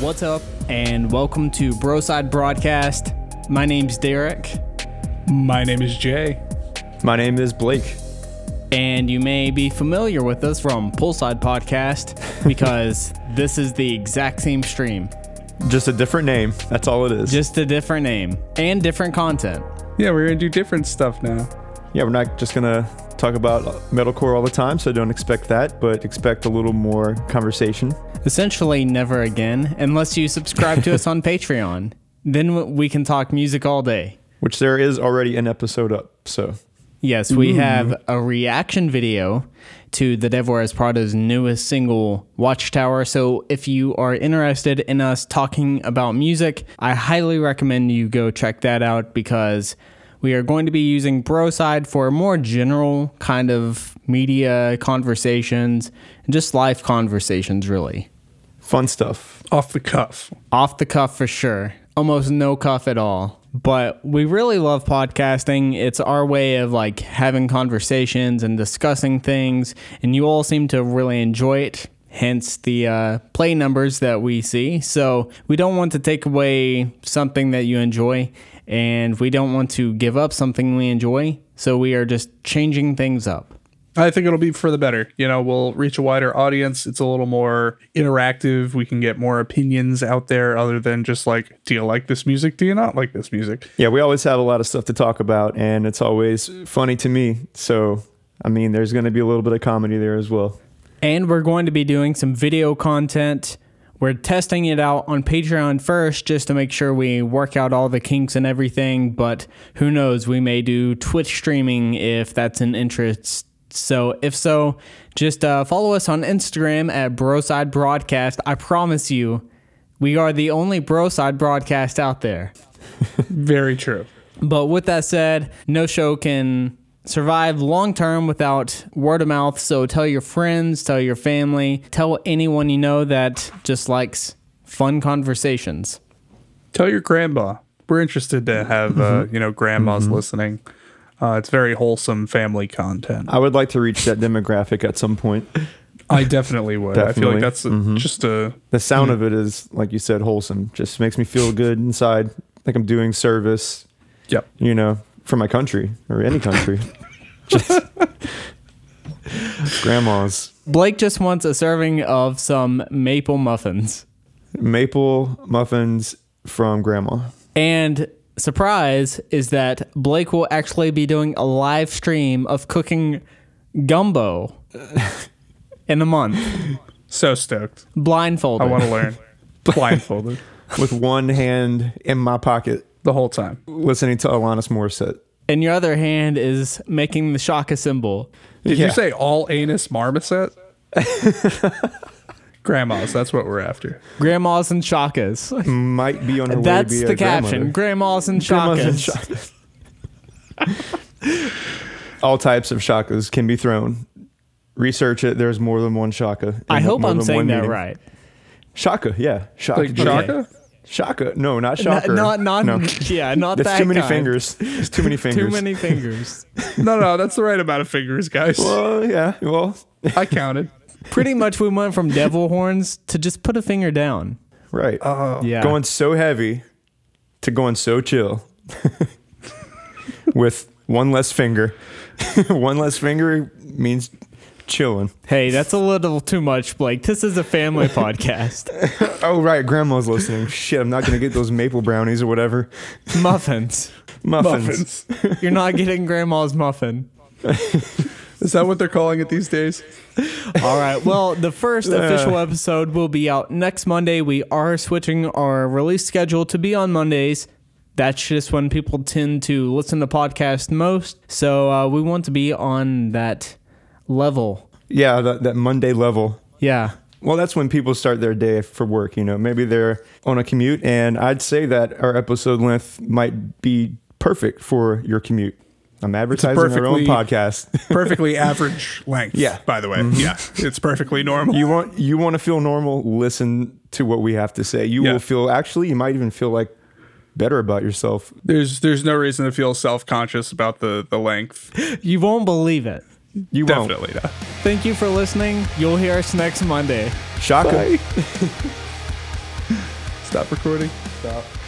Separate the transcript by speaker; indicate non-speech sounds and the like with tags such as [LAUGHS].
Speaker 1: What's up, and welcome to Broside Broadcast. My name's Derek,
Speaker 2: My name is Jay.
Speaker 3: My name is Blake.
Speaker 1: and you may be familiar with us from Pullside Podcast [LAUGHS] because this is the exact same stream,
Speaker 3: Just a different name. That's all it is.
Speaker 1: just a different name and different content.
Speaker 2: Yeah, we're gonna do different stuff now.
Speaker 3: yeah, we're not just gonna talk about metalcore all the time, so don't expect that, but expect a little more conversation.
Speaker 1: Essentially, never again, unless you subscribe to us on Patreon. Then w- we can talk music all day.
Speaker 3: Which there is already an episode up, so
Speaker 1: Yes, we have a reaction video to the Devoirs Prado's newest single, Watchtower. So if you are interested in us talking about music, I highly recommend you go check that out because we are going to be using Broside for more general kind of media conversations and just life conversations, really.
Speaker 3: fun stuff.
Speaker 2: Off the cuff.
Speaker 1: Off the cuff for sure. Almost no cuff at all. But we really love podcasting. It's our way of like having conversations and discussing things, and you all seem to really enjoy it. Hence the uh, play numbers that we see. So we don't want to take away something that you enjoy, and we don't want to give up something we enjoy. So we are just changing things up.
Speaker 2: I think it'll be for the better. You know, we'll reach a wider audience. It's a little more interactive. We can get more opinions out there other than just like, do you like this music? Do you not like this music?
Speaker 3: Yeah, we always have a lot of stuff to talk about, and it's always funny to me. So, I mean, there's gonna be a little bit of comedy there as well.
Speaker 1: And we're going to be doing some video content. We're testing it out on Patreon first just to make sure we work out all the kinks and everything. But who knows? We may do Twitch streaming if that's an interest. So, if so, just uh, follow us on Instagram at Broside Broadcast. I promise you, we are the only Broside broadcast out there.
Speaker 2: Very true.
Speaker 1: But with that said, no show can survive long term without word of mouth. So tell your friends, tell your family, tell anyone you know that just likes fun conversations.
Speaker 2: Tell your grandma. We're interested to have, uh, you know, grandmas listening. Uh, it's very wholesome family content.
Speaker 3: I would like to reach that demographic at some point.
Speaker 2: I definitely Mm-hmm. would. I feel
Speaker 3: Definitely.
Speaker 2: like that's a- just a
Speaker 3: The sound of it is, like you said, wholesome. Just makes me feel good inside, like I'm doing service.
Speaker 2: yep.
Speaker 3: you know, for my country or
Speaker 1: [LAUGHS]
Speaker 3: any country. Just- grandma's
Speaker 1: Blake just wants a serving of some maple muffins.
Speaker 3: maple muffins from grandma.
Speaker 1: And surprise is that Blake will actually be doing a live stream of cooking gumbo in a month,
Speaker 2: So stoked. I
Speaker 1: blindfolded.
Speaker 2: want to [LAUGHS] learn. Blindfolded
Speaker 3: With one hand in my pocket,
Speaker 2: the whole time.
Speaker 3: listening to Alanis Morissette.
Speaker 1: and your other hand is making the shaka symbol.
Speaker 2: Did
Speaker 3: Yeah.
Speaker 2: you say all anus marmoset?
Speaker 3: [LAUGHS]
Speaker 2: Grandmas, that's what we're after.
Speaker 1: Grandmas and Shakas.
Speaker 3: Might be on her way
Speaker 1: That's
Speaker 3: to be
Speaker 1: the
Speaker 3: a grandmother.
Speaker 1: caption. Grandmas and
Speaker 3: Grandmas and
Speaker 1: Shakas.
Speaker 3: shak- All types of shakas can be thrown. Research it. There's more than one shaka.
Speaker 1: I
Speaker 3: and
Speaker 1: hope
Speaker 3: more
Speaker 1: I'm
Speaker 3: than one
Speaker 1: saying that
Speaker 3: meaning.
Speaker 1: right.
Speaker 3: Shaka, yeah. Shaka.
Speaker 2: Like Chaka?
Speaker 3: Shaka. No,
Speaker 1: Not,
Speaker 3: not shaka.
Speaker 1: not, not
Speaker 3: No.
Speaker 1: [LAUGHS] yeah, not
Speaker 3: That's
Speaker 1: that
Speaker 3: too many
Speaker 1: kind.
Speaker 3: fingers. It's too many fingers.
Speaker 1: [LAUGHS] Too many fingers.
Speaker 2: No, no, that's the right amount of fingers, guys.
Speaker 3: Well, yeah. Well,
Speaker 2: I counted.
Speaker 1: Pretty much, we went from devil horns to just put a finger down.
Speaker 3: right.
Speaker 2: Oh.
Speaker 1: Yeah,
Speaker 3: Going so heavy to going so chill [LAUGHS] with one less finger. [LAUGHS] one less finger means chilling.
Speaker 1: Hey, that's a little too much, Blake. This is a
Speaker 3: [LAUGHS]
Speaker 1: family podcast.
Speaker 3: Oh, right. Grandma's listening. Shit, I'm not going to get those maple brownies or whatever.
Speaker 1: Muffins.
Speaker 3: Muffins.
Speaker 2: Muffins.
Speaker 1: You're not getting grandma's muffin.
Speaker 2: Is that what they're calling it these days?
Speaker 1: All right. Well, the first official episode will be out next Monday. We are switching our release schedule to be on Mondays. That's just when people tend to listen to podcasts most. So uh, we want to be on that level.
Speaker 3: Yeah, that, that Monday level.
Speaker 1: Yeah.
Speaker 3: Well, that's when people start their day for work. You know, maybe they're on a commute, and I'd say that our episode length might be perfect for your commute. I'm advertising our
Speaker 2: perfectly-
Speaker 3: own podcast.
Speaker 2: [LAUGHS] Perfectly average length.
Speaker 3: Yeah. Mm-hmm.
Speaker 2: By the way, yeah, it's perfectly normal.
Speaker 3: You want you want to feel normal. Listen to what we have to say. You
Speaker 2: Yeah.
Speaker 3: will feel actually. You might even feel like better about yourself.
Speaker 2: There's there's no reason to feel self conscious about the the length.
Speaker 1: You won't believe it.
Speaker 3: You
Speaker 2: Definitely not.
Speaker 1: Thank you for listening. You'll hear us next Monday.
Speaker 3: won't. Shaka.
Speaker 2: Stop recording. Stop.